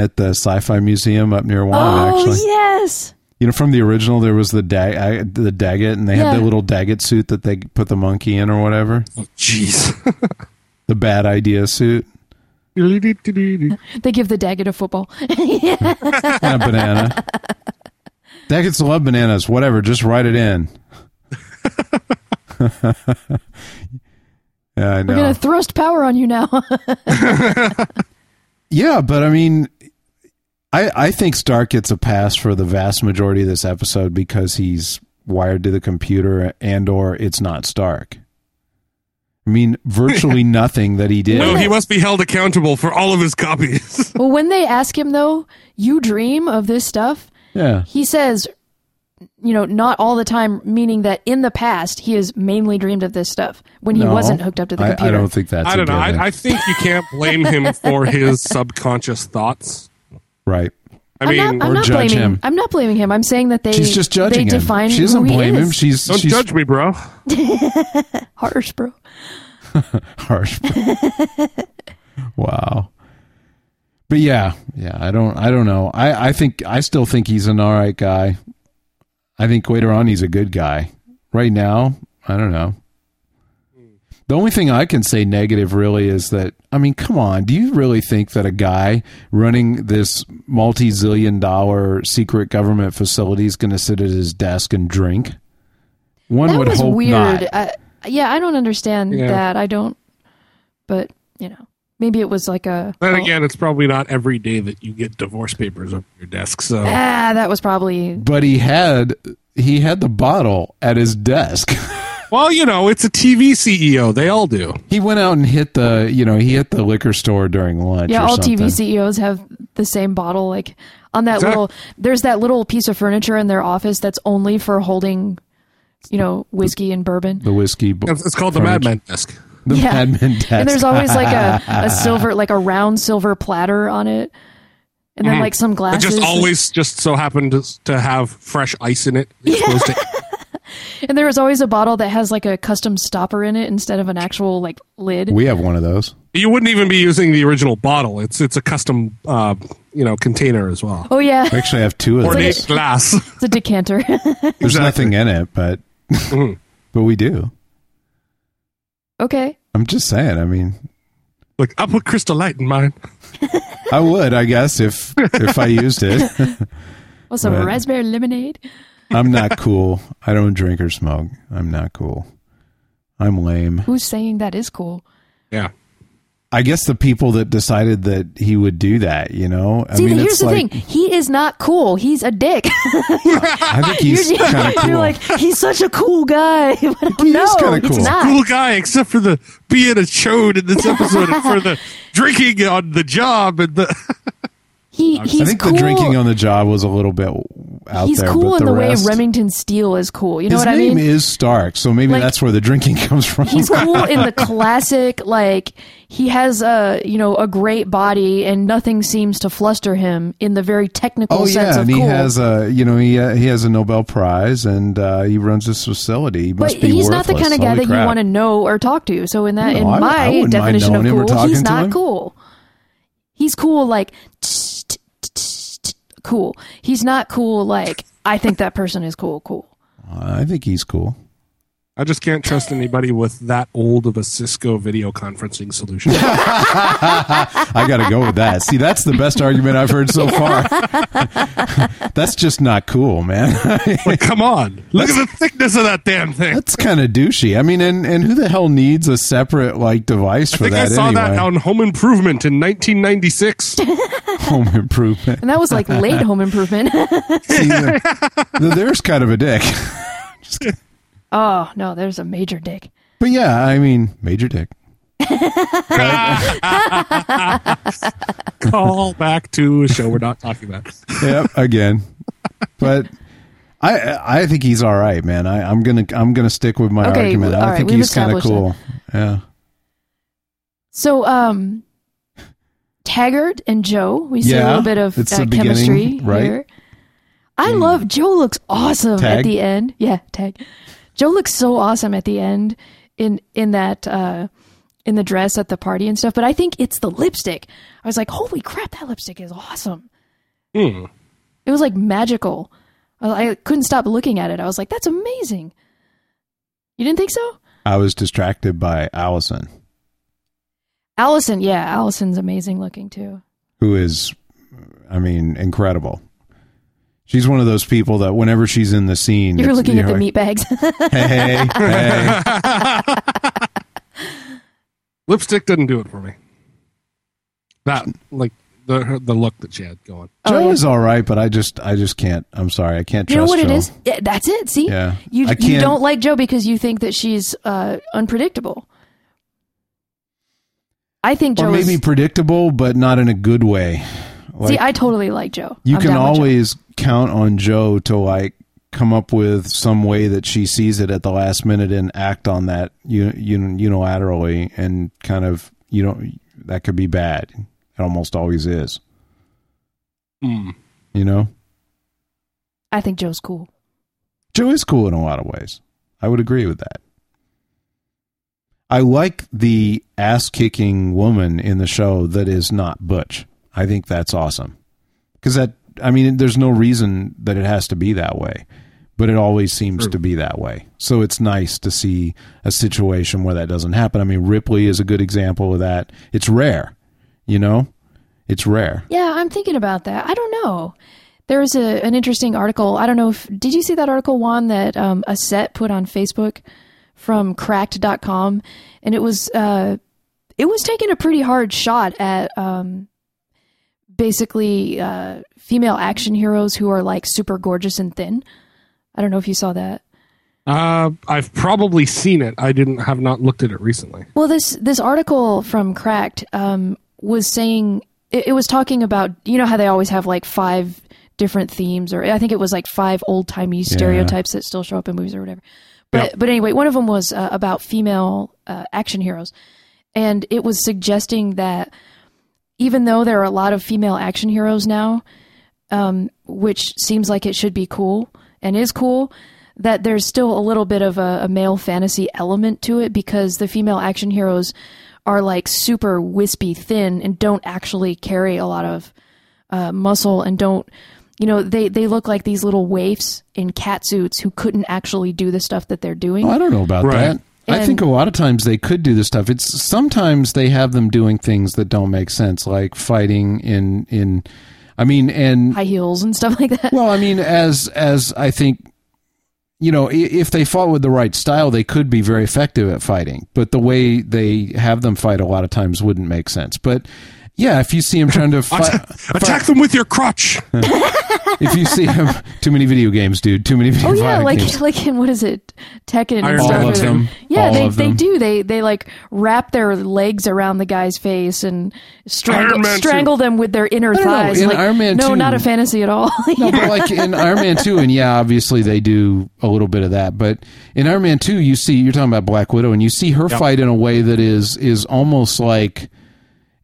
S2: at the Sci-Fi Museum up near Juan?
S4: oh,
S2: Ah, actually,
S4: yes.
S2: you know, from the original, there was the Dag- I, the Daggett, and they
S4: Yeah.
S2: had the little Daggett suit that they put the monkey in or whatever.
S3: Jeez.
S2: The bad idea suit
S4: They give the Daggett a football.
S2: and a banana. Daggett's love bananas. Whatever, just write it in. yeah, I know.
S4: We're going to thrust power on you now.
S2: Yeah, but I mean, I I think Stark gets a pass for the vast majority of this episode because he's wired to the computer and or it's not Stark. I mean, virtually nothing that he did.
S3: no, he must be held accountable for all of his copies.
S4: well, when they ask him, though, you dream of this stuff,
S2: yeah.
S4: he says, you know, not all the time, meaning that in the past, he has mainly dreamed of this stuff when he
S2: No.
S4: wasn't hooked up to the
S2: I-
S4: computer.
S2: I, don't think that's
S3: I
S2: a
S3: don't know.
S2: given.
S3: I, I think you can't blame him for his subconscious thoughts.
S2: right.
S3: I
S4: I'm
S3: mean,
S4: not, I'm
S2: or
S4: not
S2: judge
S4: blaming
S2: him.
S4: I'm not blaming him. I'm saying that they
S2: She's just judging
S4: they
S2: him.
S4: define
S2: she doesn't
S4: who he
S2: blame him.
S4: is.
S2: She's
S3: don't
S2: she's
S3: judge me, bro.
S4: harsh, bro.
S2: harsh. wow. But yeah, yeah, I don't I don't know. I I think I still think he's an all right guy. I think later on he's a good guy. Right now, I don't know. The only thing I can say negative really is that I mean, come on, do you really think that a guy running this multi-zillion dollar secret government facility is going to sit at his desk and drink? One
S4: that
S2: would
S4: was
S2: hope
S4: weird.
S2: not.
S4: I, yeah, I don't understand
S3: Yeah.
S4: that. I don't. But you know, maybe it was like a.
S3: Then
S4: oh,
S3: again, it's probably not every day that you get divorce papers on your desk. So
S4: Ah, that was probably.
S2: but he had he had the bottle at his desk.
S3: Well, you know, it's a TV CEO. E They all do.
S2: he went out and hit the you know he hit the liquor store during lunch.
S4: Yeah,
S2: or
S4: all
S2: something.
S4: TV CEOs E have the same bottle. Like on that
S3: Exact-
S4: little, there's that little piece of furniture in their office that's only for holding, you know, whiskey and bourbon.
S2: The whiskey. bo-
S3: It's, it's called the
S2: furniture-
S3: Madman desk.
S2: The
S4: Yeah.
S2: Madman desk.
S4: and there's always like a, a silver like a round silver platter on it and then like some
S3: Mm-hmm. It
S4: glasses
S3: just always just so happened to, to have fresh ice in it. Exposed to-
S4: and there was always a bottle that has like a custom stopper in it instead of an actual like lid
S2: we have one of those.
S3: you wouldn't even be using the original bottle. It's it's a custom, uh, you know, container as well.
S4: oh yeah
S2: We actually have two of
S3: Ornate
S2: those.
S3: glass.
S4: it's a decanter
S2: There's
S3: Exactly. Mm-hmm.
S2: nothing in it, but but we do.
S4: okay
S2: I'm just saying. I mean,
S3: Like I put crystal light in mine.
S2: I would, I guess, if if I used it.
S4: well some
S2: Right.
S4: raspberry lemonade
S2: I'm not cool. I don't drink or smoke. I'm not cool. I'm lame.
S4: who's saying that is cool
S3: Yeah.
S2: I guess the people that decided that he would do that, you know, I
S4: See,
S2: mean,
S4: here's
S2: it's
S4: the
S2: like,
S4: thing. He is not cool. He's a dick.
S2: I think he's
S4: you're,
S2: kind of cool.
S4: you're like, he's such a cool guy. But
S2: He
S4: no,
S2: is kinda
S4: it's
S2: cool.
S4: not.
S3: Cool guy, except for the being a chode in this episode and for the drinking on the job and the.
S4: He, he's
S2: I think
S4: cool.
S2: the drinking on the job was a little bit out
S4: He's
S2: there.
S4: cool
S2: but
S4: in the,
S2: rest,
S4: way Remington Steele is cool. You know
S2: his
S4: what I
S2: name
S4: mean?
S2: is Stark, so maybe
S4: Like-
S2: that's where the drinking comes from.
S4: he's cool in the classic like he has a you know a great body and nothing seems to fluster him in the very technical
S2: Oh
S4: sense
S2: yeah,
S4: of
S2: and he
S4: cool.
S2: has a you know he uh, he has a Nobel Prize and uh, he runs this facility. He
S4: but
S2: must be
S4: he's not the
S2: worthless.
S4: kind of guy
S2: Holy
S4: that you
S2: crap.
S4: want to know or talk to. So in that,
S2: No,
S4: in
S2: I- I
S4: my
S2: wouldn't mind
S4: definition of
S2: knowing him or
S4: cool,
S2: talking
S4: he's
S2: to
S4: not
S2: him.
S4: cool. He's cool like tss, t- t- tss, t- cool. He's not cool like I think that person is cool. Cool.
S2: Uh, I think he's cool.
S3: I just can't trust anybody with that old of a Cisco video conferencing solution.
S2: I got to go with that. See, that's the best argument I've heard so far. that's just not cool, man.
S3: like, come on, look at the thickness of that damn thing.
S2: that's kind of douchey. I mean, and and who the hell needs a separate like device
S3: I
S2: for
S3: think I
S2: that
S3: saw
S2: anyway?
S3: that on Home Improvement in 1996.
S2: Home improvement.
S4: And that was like late home improvement.
S2: See, the- the- there's kind of a dick.
S4: oh no, there's a major dick.
S2: But yeah, I mean, major dick.
S3: Call back to a show we're not talking about.
S2: yep, again. But I I think he's all right, man. I, I'm gonna I'm gonna stick with my
S4: Okay,
S2: argument.
S4: all
S2: I
S4: right,
S2: think
S4: we've
S2: he's kind of
S4: established
S2: cool. Yeah.
S4: So um, Taggart and Joe, we see a
S2: Yeah,
S4: little bit of
S2: it's
S4: uh,
S2: the beginning,
S4: chemistry
S2: right? Mm.
S4: here. I love Joe looks awesome at
S2: Tag?
S4: the end. Yeah, tag. Joe looks so awesome at the end in in that uh, in the dress at the party and stuff. But I think it's the lipstick. I was like, holy crap, that lipstick is awesome.
S3: Hmm.
S4: It was like magical. I, I couldn't stop looking at it. I was like, that's amazing. You didn't think so?
S2: I was distracted by Allison,
S4: Allison, yeah, Allison's amazing looking too.
S2: who is I mean, incredible. She's one of those people that whenever she's in the scene,
S4: You're
S2: it's-
S4: looking at the
S2: like,
S4: meat bags.
S2: Hey, hey.
S3: Lipstick didn't do it for me. That like the her- the look that she had going.
S4: Oh,
S2: Joe
S4: yeah.
S2: is all right, but I just I just can't. I'm sorry, I can't
S4: You know
S2: trust
S4: what it
S2: Joe.
S4: is? Yeah, that's it. See,
S2: Yeah.
S4: you
S2: I
S4: you
S2: can't-
S4: don't like Joe because you think that she's uh, unpredictable. I think
S2: Or
S4: Joe.
S2: maybe
S4: is,
S2: predictable, but not in a good way. Like,
S4: see, I totally like Joe.
S2: you
S4: I'm
S2: can
S4: down with Joe.
S2: always count on Joe to like come up with some way that she sees it at the last minute and act on that you you unilaterally and kind of you know that could be bad. It almost always is.
S3: Hmm.
S2: You know,
S4: I think Joe's cool.
S2: Joe is cool in a lot of ways. I would agree with that. I like the ass kicking woman in the show that is not Butch. I think that's awesome. Because that, I mean, there's no reason that it has to be that way, but it always seems
S3: True.
S2: to be that way. So it's nice to see a situation where that doesn't happen. I mean, Ripley is a good example of that. It's rare, you know? It's rare.
S4: Yeah, I'm thinking about that. I don't know. There was a, an interesting article. I don't know if did you see that article Juan that um, a set put on Facebook from cracked.com and it was uh, it was taking a pretty hard shot at um, basically uh, female action heroes who are like super gorgeous and thin. I don't know if you saw that.
S3: Uh, I've probably seen it. I didn't have not looked at it recently.
S4: Well, this this article from Cracked um, was saying it, it was talking about you know how they always have like five different themes, or I think it was like five old timey stereotypes that still show up in movies or whatever. But but anyway, one of them was uh, about female uh, action heroes, and it was suggesting that even though there are a lot of female action heroes now, um, which seems like it should be cool and is cool, that there's still a little bit of a, a male fantasy element to it because the female action heroes are like super wispy thin and don't actually carry a lot of uh, muscle and don't you know they, they look like these little waifs in cat suits who couldn't actually do the stuff that they're doing
S2: Oh, I don't know about
S3: Right.
S2: that. I
S4: And-
S2: think a lot of times they could do this stuff. It's sometimes they have them doing things that don't make sense, like fighting in in. I mean, and
S4: high heels and stuff like that
S2: well, I mean, as as I think you know, i- if they fought with the right style, they could be very effective at fighting. But the way they have them fight a lot of times wouldn't make sense. But yeah, if you see him trying to fight,
S3: Atta- attack them with your crotch.
S2: if you see him, too many video games, dude. Too many video
S4: Oh yeah,
S2: violent
S4: like
S2: games.
S4: like in what is it, Tekken?
S3: Iron
S4: and stuff
S3: Man. All
S4: where
S3: of
S4: they-
S3: them.
S4: Yeah,
S2: All
S4: they
S2: of
S4: they
S2: them.
S4: do. They they like wrap their legs around the guy's face and strangle,
S3: Iron Man
S4: strangle them with their inner
S2: don't know,
S4: thighs.
S2: in
S4: Like,
S2: Iron Man
S4: no,
S2: 2.
S4: not a fantasy at all.
S2: No, but like in Iron Man 2, and yeah, obviously they do a little bit of that. But in Iron Man 2, you see, you're talking about Black Widow, and you see her fight in a way that is is almost like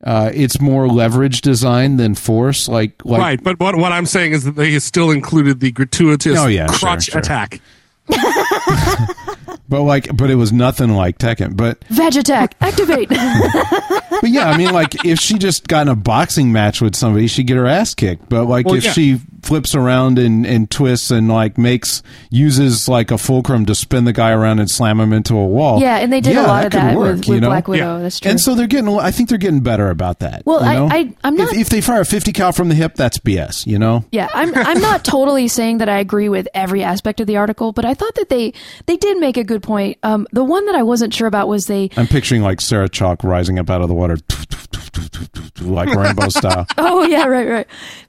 S2: uh, it's more leverage design than force. Like, like
S3: right, but what, what I'm saying is that they still included the gratuitous
S2: Oh, yeah, sure,
S3: crotch
S2: sure.
S3: attack.
S2: but like, but it was nothing like Tekken. But
S4: Veg attack, activate.
S2: but yeah, I mean, like if she just got in a boxing match with somebody, she'd get her ass kicked. But like
S3: Well,
S2: if
S3: yeah.
S2: she flips around and, and twists and like makes uses like a fulcrum to spin the guy around and slam him into a wall.
S4: Yeah, and they did a lot of
S2: could
S4: that with- with Black Widow,
S2: Yeah.
S4: Oh, that's true.
S2: And so they're getting. a lo- I think they're getting better about that.
S4: Well,
S2: you
S4: I-
S2: know?
S4: I- I'm not-
S2: If, if they fire a fifty cal from the hip, that's BS. You know.
S4: yeah, I'm I'm not totally saying that I agree with every aspect of the article, but I thought that they they did make a good point. Um, the one that I wasn't sure about was they
S2: I'm picturing like Sarah Chalk rising up out of the water, like Rambo style.
S4: oh yeah, right, right.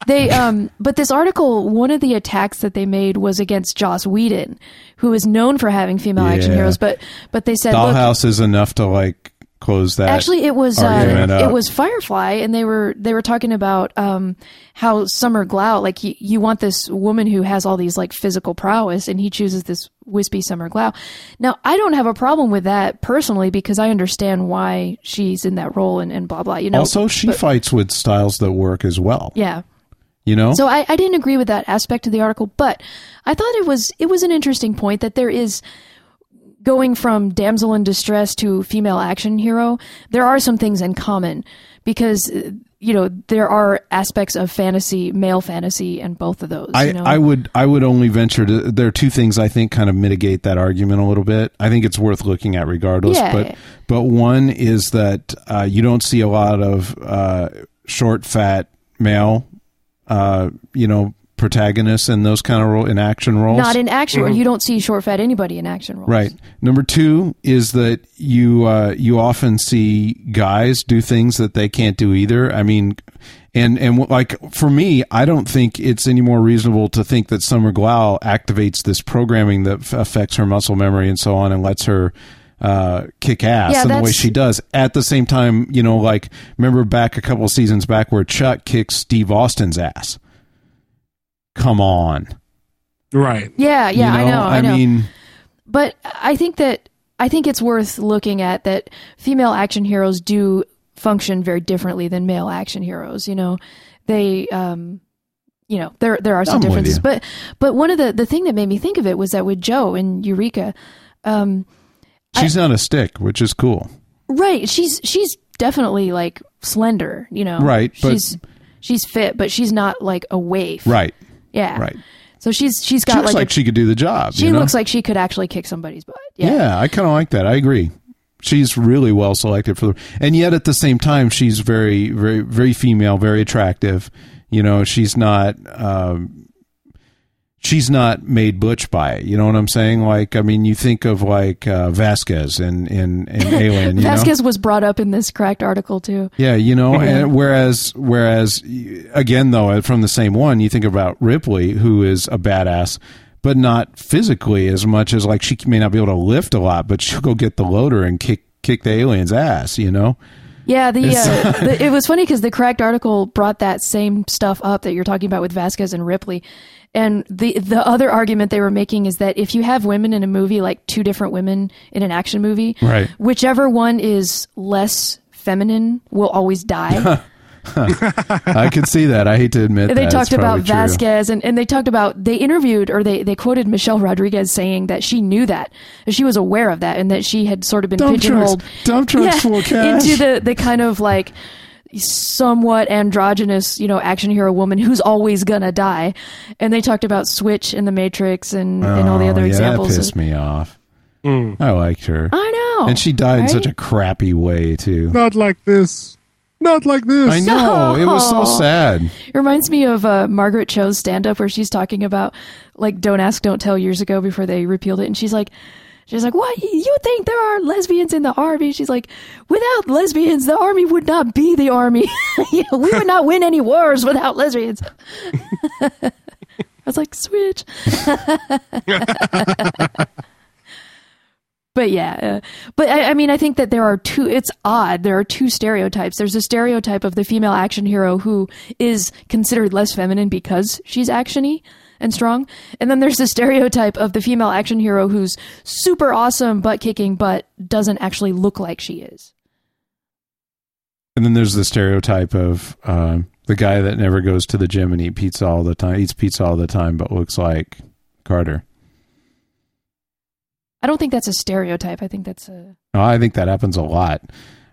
S4: They um, but this article, one of the attacks that they made was against Joss Whedon, who is known for having female action
S2: Yeah.
S4: heroes. But but they said, look,
S2: Dollhouse is enough to like close that.
S4: actually, it was
S2: argument
S4: uh,
S2: up.
S4: it was Firefly, and they were they were talking about um how Summer Glau, like you, you want this woman who has all these like physical prowess, and he chooses this wispy Summer Glau. Now, I don't have a problem with that personally because I understand why she's in that role and, and blah blah. You know,
S2: Also, she fights with styles that work as well.
S4: yeah.
S2: You know?
S4: So I, I didn't agree with that aspect of the article, but I thought it was it was an interesting point that there is going from damsel in distress to female action hero. There are some things in common because uh, you know there are aspects of fantasy, male fantasy, and both of those.
S2: I,
S4: you know?
S2: I would I would only venture to there are two things I think kind of mitigate that argument a little bit. I think it's worth looking at regardless.
S4: Yeah.
S2: But but one is that uh, you don't see a lot of uh, short, fat male, uh, you know, protagonists in those kind of role in action roles.
S4: not in action. Or you don't see short fat anybody in action roles.
S2: Mm-hmm. Right. Number two is that you uh, you often see guys do things that they can't do either. I mean, and and like for me, I don't think it's any more reasonable to think that Summer Glau activates this programming that f- affects her muscle memory and so on, and lets her uh, kick ass
S4: Yeah,
S2: in the way
S4: that's-
S2: she does. At the same time, you know, like remember back a couple of seasons back where Chuck kicks Steve Austin's ass. Come on.
S3: Right.
S4: Yeah, yeah,
S2: you
S4: I know. I, know.
S2: mean.
S4: but I think that I think it's worth looking at that female action heroes do function very differently than male action heroes. You know, they, um, you know, there there are some
S2: I'm with
S4: differences,
S2: you.
S4: but but one of the the thing that made me think of it was that with Joe and Eureka,
S2: She's not a stick, which is cool.
S4: right? She's she's definitely like slender, you know,
S2: Right, but-
S4: she's she's fit, but she's not like a waif,
S2: Right.
S4: Yeah,
S2: Right.
S4: So she's she's
S2: She
S4: got
S2: looks
S4: like,
S2: like,
S4: a,
S2: she could do the job.
S4: she
S2: you know?
S4: looks like she could actually kick somebody's butt.
S2: Yeah,
S4: yeah.
S2: I kind of like that. I agree. She's really well selected for the, and yet at the same time, she's very, very, very female, very attractive. You know, she's not, um, she's not made butch by it. You know what I'm saying? Like, I mean, you think of like uh, Vasquez and and and Alien. you know?
S4: Vasquez was brought up in this cracked article too.
S2: Yeah, you know, and whereas whereas again though uh, from the same one, you think about Ripley who is a badass but not physically as much as like she may not be able to lift a lot, but she'll go get the loader and kick kick the alien's ass, you know.
S4: Yeah, the, uh, the it was funny because the cracked article brought that same stuff up that you're talking about with Vasquez and Ripley, and the the other argument they were making is that if you have women in a movie, like two different women in an action movie,
S2: Right.
S4: whichever one is less feminine will always die.
S2: I could see that. I hate to admit that.
S4: they
S2: It's
S4: talked about
S2: probably true.
S4: Vasquez and, and they talked about they interviewed or they, they quoted Michelle Rodriguez saying that she knew that she was aware of that and that she had sort of been
S2: Dump trucks.
S4: pigeonholed
S2: Dump trucks full of cash.
S4: into the the kind of like somewhat androgynous, you know, action hero woman who's always gonna die. And they talked about Switch and the Matrix and, and all the
S2: Oh,
S4: other
S2: yeah,
S4: examples.
S2: That pissed me off. I liked her.
S4: I know. Oh.
S2: and she died in such a
S4: right?
S2: crappy way too.
S3: Not like this. Not like this.
S2: I know. It was so sad.
S4: It reminds me of uh, Margaret Cho's stand up where she's talking about like Don't Ask, Don't Tell years ago before they repealed it. And she's like, She's like, what? You think there are lesbians in the army? She's like, without lesbians, the army would not be the army. You know, we would not win any wars without lesbians. I was like, switch. but yeah, uh, but I, I mean, I think that there are two. It's odd. There are two stereotypes. There's a stereotype of the female action hero who is considered less feminine because she's actiony and strong, and then there's the stereotype of the female action hero who's super awesome butt kicking, but doesn't actually look like she is.
S2: And then there's the stereotype of um, the guy that never goes to the gym and eat pizza all the time, eats pizza all the time, but looks like Carter.
S4: I don't think that's a stereotype. I think that's a
S2: Oh, I think that happens a lot.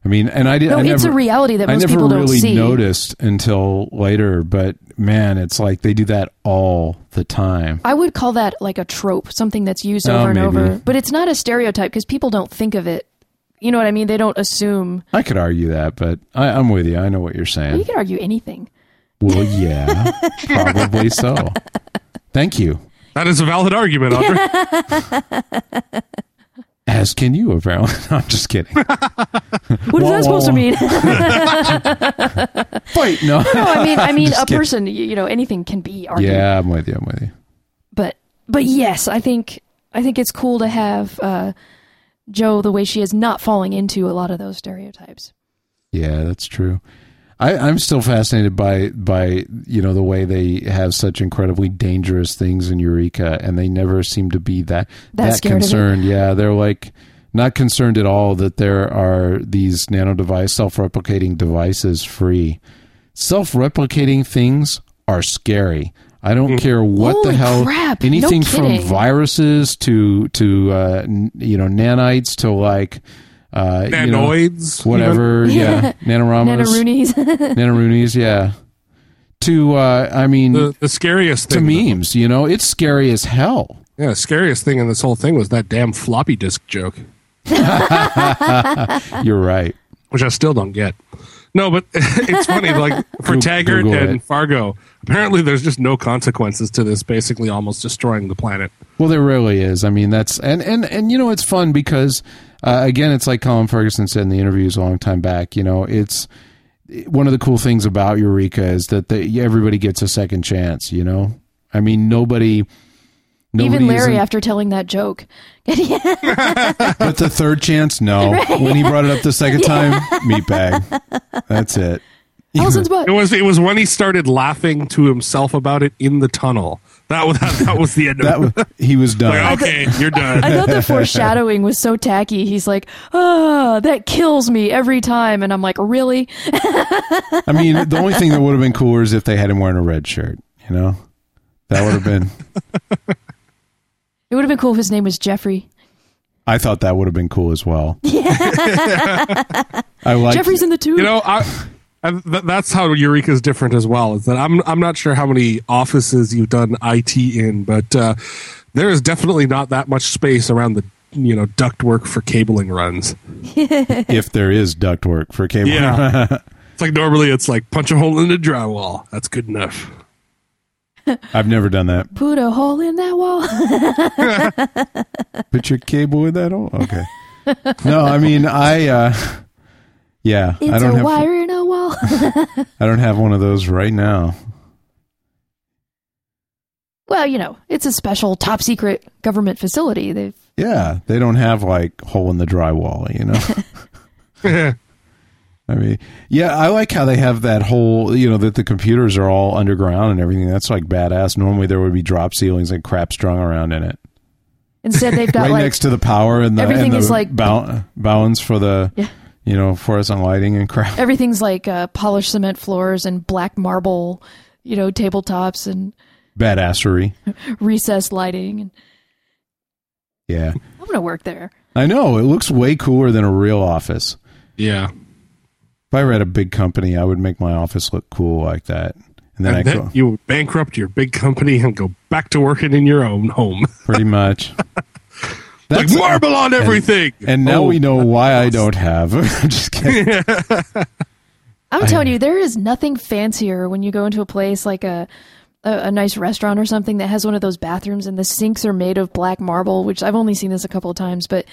S2: I mean, and I did.
S4: no.
S2: I
S4: it's
S2: never,
S4: a reality that
S2: I
S4: most
S2: never
S4: people don't
S2: really
S4: see.
S2: noticed until later, but man, it's like they do that all the time.
S4: I would call that like a trope, something that's used
S2: Oh,
S4: over and
S2: maybe.
S4: over. But it's not a stereotype because people don't think of it. You know what I mean? They don't assume.
S2: I could argue that, but I, I'm with you. I know what you're
S4: You
S2: saying.
S4: can argue anything.
S2: Well, yeah, probably so. Thank you.
S3: That is a valid argument, Audrey.
S2: As can you, apparently. No, I'm just kidding.
S4: What is
S2: Whoa,
S4: that supposed
S2: whoa,
S4: to mean? no,
S2: Fight no.
S4: I mean, I mean,
S2: Just
S4: a
S2: kidding.
S4: person. You, you know, anything can be argued.
S2: Yeah, I'm with you. I'm with you.
S4: But but yes, I think I think it's cool to have uh, Joe the way she is, not falling into a lot of those stereotypes.
S2: Yeah, that's true. I, I'm still fascinated by by you know the way they have such incredibly dangerous things in Eureka, and they never seem to be that
S4: That
S2: that
S4: scared of it.
S2: concerned. Yeah, they're like not concerned at all that there are these nano device self replicating devices free. Self replicating things are scary. I don't care what
S4: Holy
S2: the hell
S4: crap, no
S2: anything from
S4: kidding.
S2: viruses to to uh, n- you know nanites to like uh, you know,
S3: Nanoids.
S2: whatever. Yeah, nanoramas,
S4: Nanaroonies.
S2: nanoroonies. Yeah, to uh, I mean
S3: The, the scariest
S2: to
S3: thing.
S2: memes. You know, it's scary as hell.
S3: Yeah, the scariest thing in this whole thing was that damn floppy disk joke,
S2: You're right.
S3: which I still don't get. No, but it's funny. Like for
S2: Goo-
S3: Taggart
S2: Google
S3: and
S2: it.
S3: Fargo, apparently there's just no consequences to this basically almost destroying the planet.
S2: Well, there really is. I mean, that's and and and you know, it's fun because uh, again, it's like Colin Ferguson said in the interviews a long time back. You know, it's one of the cool things about Eureka is that they, everybody gets a second chance. You know, I mean, nobody. nobody
S4: Even Larry,
S2: isn't-
S4: after telling that joke,
S2: But the third chance, no. When he brought it up the second time, meat bag. That's it.
S4: Allison's butt.
S3: It was it was when he started laughing to himself about it in the tunnel. That was that, that was the end of
S2: That
S3: it.
S2: was, he was done.
S3: Like, okay, you're done.
S4: I thought the foreshadowing was so tacky. He's like, "Ah, that kills me every time," and I'm like, "Really?"
S2: I mean, the only thing that would have been cooler is if they had him wearing a red shirt. You know, that would have been.
S4: It would have been cool if his name was Jeffrey.
S2: I thought that would have been cool as well. I like.
S4: Jeffrey's in the tube.
S3: you know, I, I, th- that's how Eureka is different as well. Is that I'm I'm not sure how many offices you've done IT in, but uh, there is definitely not that much space around the you know ductwork for cabling runs.
S2: if there is ductwork for cable,
S3: Yeah. it's like normally it's like punch a hole in the drywall. That's good enough.
S2: I've never done that.
S4: Put a hole in that wall.
S2: Put your cable in that hole. Okay. No, I mean I. uh Yeah, I
S4: It's
S2: don't
S4: a
S2: have.
S4: wire in a wall.
S2: I don't have one of those right now.
S4: well, you know, it's a special top secret government facility. They've
S2: Yeah, they don't have like hole in the drywall, you know. I mean, yeah, I like how they have that whole, you know, that the computers are all underground and everything. That's like badass. Normally there would be drop ceilings and crap strung around in it.
S4: instead they've got
S2: right
S4: like
S2: next to the power and the
S4: everything
S2: and the
S4: is like-
S2: bou- bounds for the
S4: Yeah.
S2: you know, fluorescent lighting and crap.
S4: everything's like uh, polished cement floors and black marble, you know, tabletops and
S2: Badassery.
S4: recessed lighting. And
S2: Yeah.
S4: I'm gonna work there.
S2: I know, it looks way cooler than a real office.
S3: Yeah.
S2: If I were at a big company, I would make my office look cool like that. And then
S3: And
S2: I
S3: then
S2: go,
S3: you would bankrupt your big company and go back to working in your own home.
S2: pretty much.
S3: like
S2: That's-
S3: marble on everything.
S2: And now
S3: Oh,
S2: we know why I don't have. I'm just kidding.
S4: I'm telling you, there is nothing fancier when you go into a place like a, a a nice restaurant or something that has one of those bathrooms and the sinks are made of black marble, which I've only seen this a couple of times, but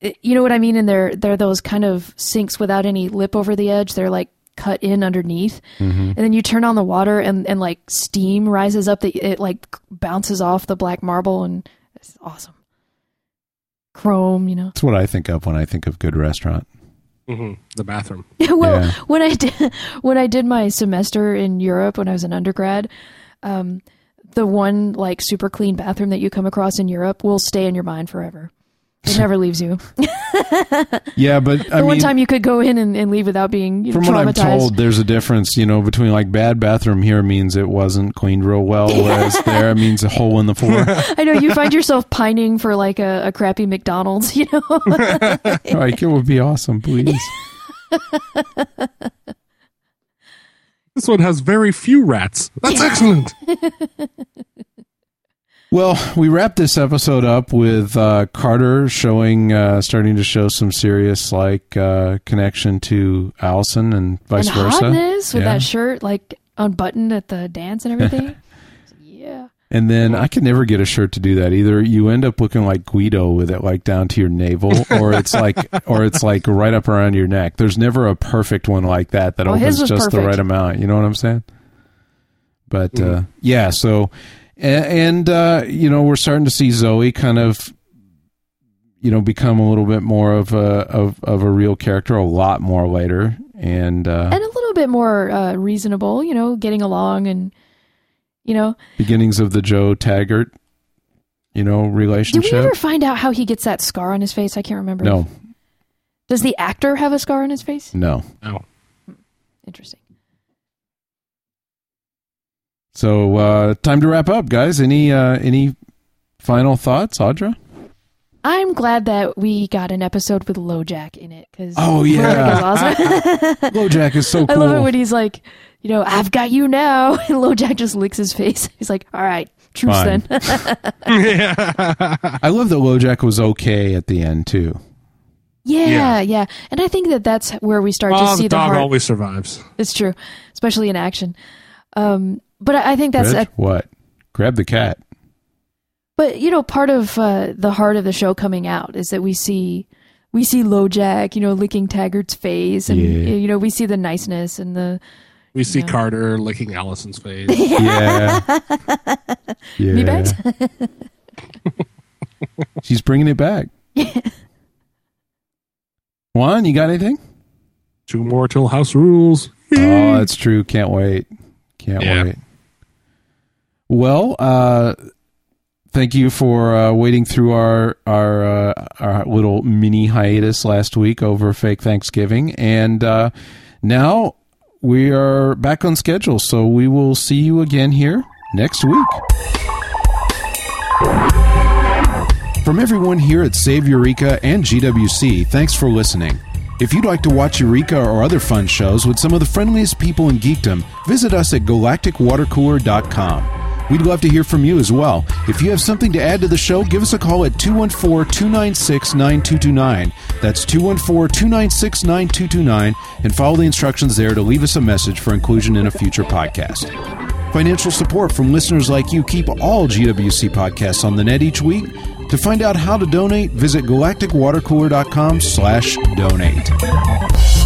S4: it- you know what I mean? And they're they're those kind of sinks without any lip over the edge. They're like cut in underneath,
S2: Mm-hmm.
S4: and then you turn on the water and and like steam rises up. The it like bounces off the black marble and it's awesome. Chrome, you know.
S2: That's what I think of when I think of good restaurant.
S3: hmm The bathroom.
S4: Yeah, well,
S2: Yeah.
S4: when I did when I did my semester in Europe when I was an undergrad, um, the one like super clean bathroom that you come across in Europe will stay in your mind forever. It never leaves you. The
S2: Yeah, but I
S4: one
S2: mean,
S4: time you could go in and, and leave without being you know,
S2: from what I'm
S4: traumatized.
S2: told, there's a difference, you know, between like bad bathroom here means it wasn't cleaned real well, whereas there it means a hole in the floor.
S4: I know you find yourself pining for like a, a crappy McDonald's, you know.
S2: like it would be awesome, please.
S3: This one has very few rats. That's excellent.
S2: Well, we wrapped this episode up with uh, Carter showing, uh, starting to show some serious like uh, connection to Allison and vice
S4: and
S2: versa.
S4: hotness with
S2: Yeah.
S4: that shirt like unbuttoned at the dance and everything. yeah.
S2: And then I could never get a shirt to do that either. You end up looking like Guido with it like down to your navel, or it's like, or it's like right up around your neck. There's never a perfect one like that that
S4: Well, his
S2: opens
S4: was
S2: just the
S4: perfect. Hmm.
S2: right amount. You know what I'm saying? But uh, yeah, so a- and uh, you know we're starting to see Zoe kind of you know become a little bit more of a of, of a real character, a lot more later, and, uh,
S4: and a little bit more uh, reasonable, you know, getting along and you know.
S2: beginnings of the Joe Taggart you know
S4: Did we
S2: relationship.
S4: ever find out how he gets that scar on his face? I can't remember.
S2: no, Mm.
S4: Does the actor have a scar on his face?
S2: no.
S3: Oh.
S4: Interesting.
S2: So uh, time to wrap up, guys. Any uh, any final thoughts, Audra?
S4: I'm glad that we got an episode with Lojack in it because
S2: Oh, yeah.
S4: awesome.
S2: Lojack is so
S4: I
S2: cool.
S4: love it when he's like, you know, I've got you now, and Lojack just licks his face. He's like, all right, truce
S2: Fine.
S4: then.
S2: I love that Lojack was okay at the end too.
S4: yeah, yeah,
S3: Yeah.
S4: And I think that that's where we start to
S3: oh,
S4: see
S3: the
S4: the,
S3: dog
S4: heart.
S3: always survives.
S4: It's true, especially in action. Um, but I I think that's
S2: Rich,
S4: a,
S2: what? Grab the cat.
S4: But you know, part of uh, the heart of the show coming out is that we see we see LoJack, you know, licking Taggart's face, and
S2: Yeah.
S4: you know, we see the niceness and the
S3: We see Carter licking Allison's face.
S2: Yeah. yeah.
S4: Me bet.
S2: She's bringing it back. Juan, you got anything?
S3: Two more till house rules.
S2: Oh, that's true. Can't wait. Can't
S3: Yeah.
S2: wait. Well, uh, thank you for uh, waiting through our our uh, our little mini hiatus last week over fake Thanksgiving, and uh, now we are back on schedule. So we will see you again here next week. From everyone here at Save Eureka and GWC, thanks for listening. If you'd like to watch Eureka or other fun shows with some of the friendliest people in geekdom, visit us at galacticwatercooler.com. We'd love to hear from you as well. If you have something to add to the show, give us a call at 214 296 9229. That's 214 296 9229, and follow the instructions there to leave us a message for inclusion in a future podcast. Financial support from listeners like you keep all GWC podcasts on the net each week. To find out how to donate, visit galacticwatercooler.com slash donate.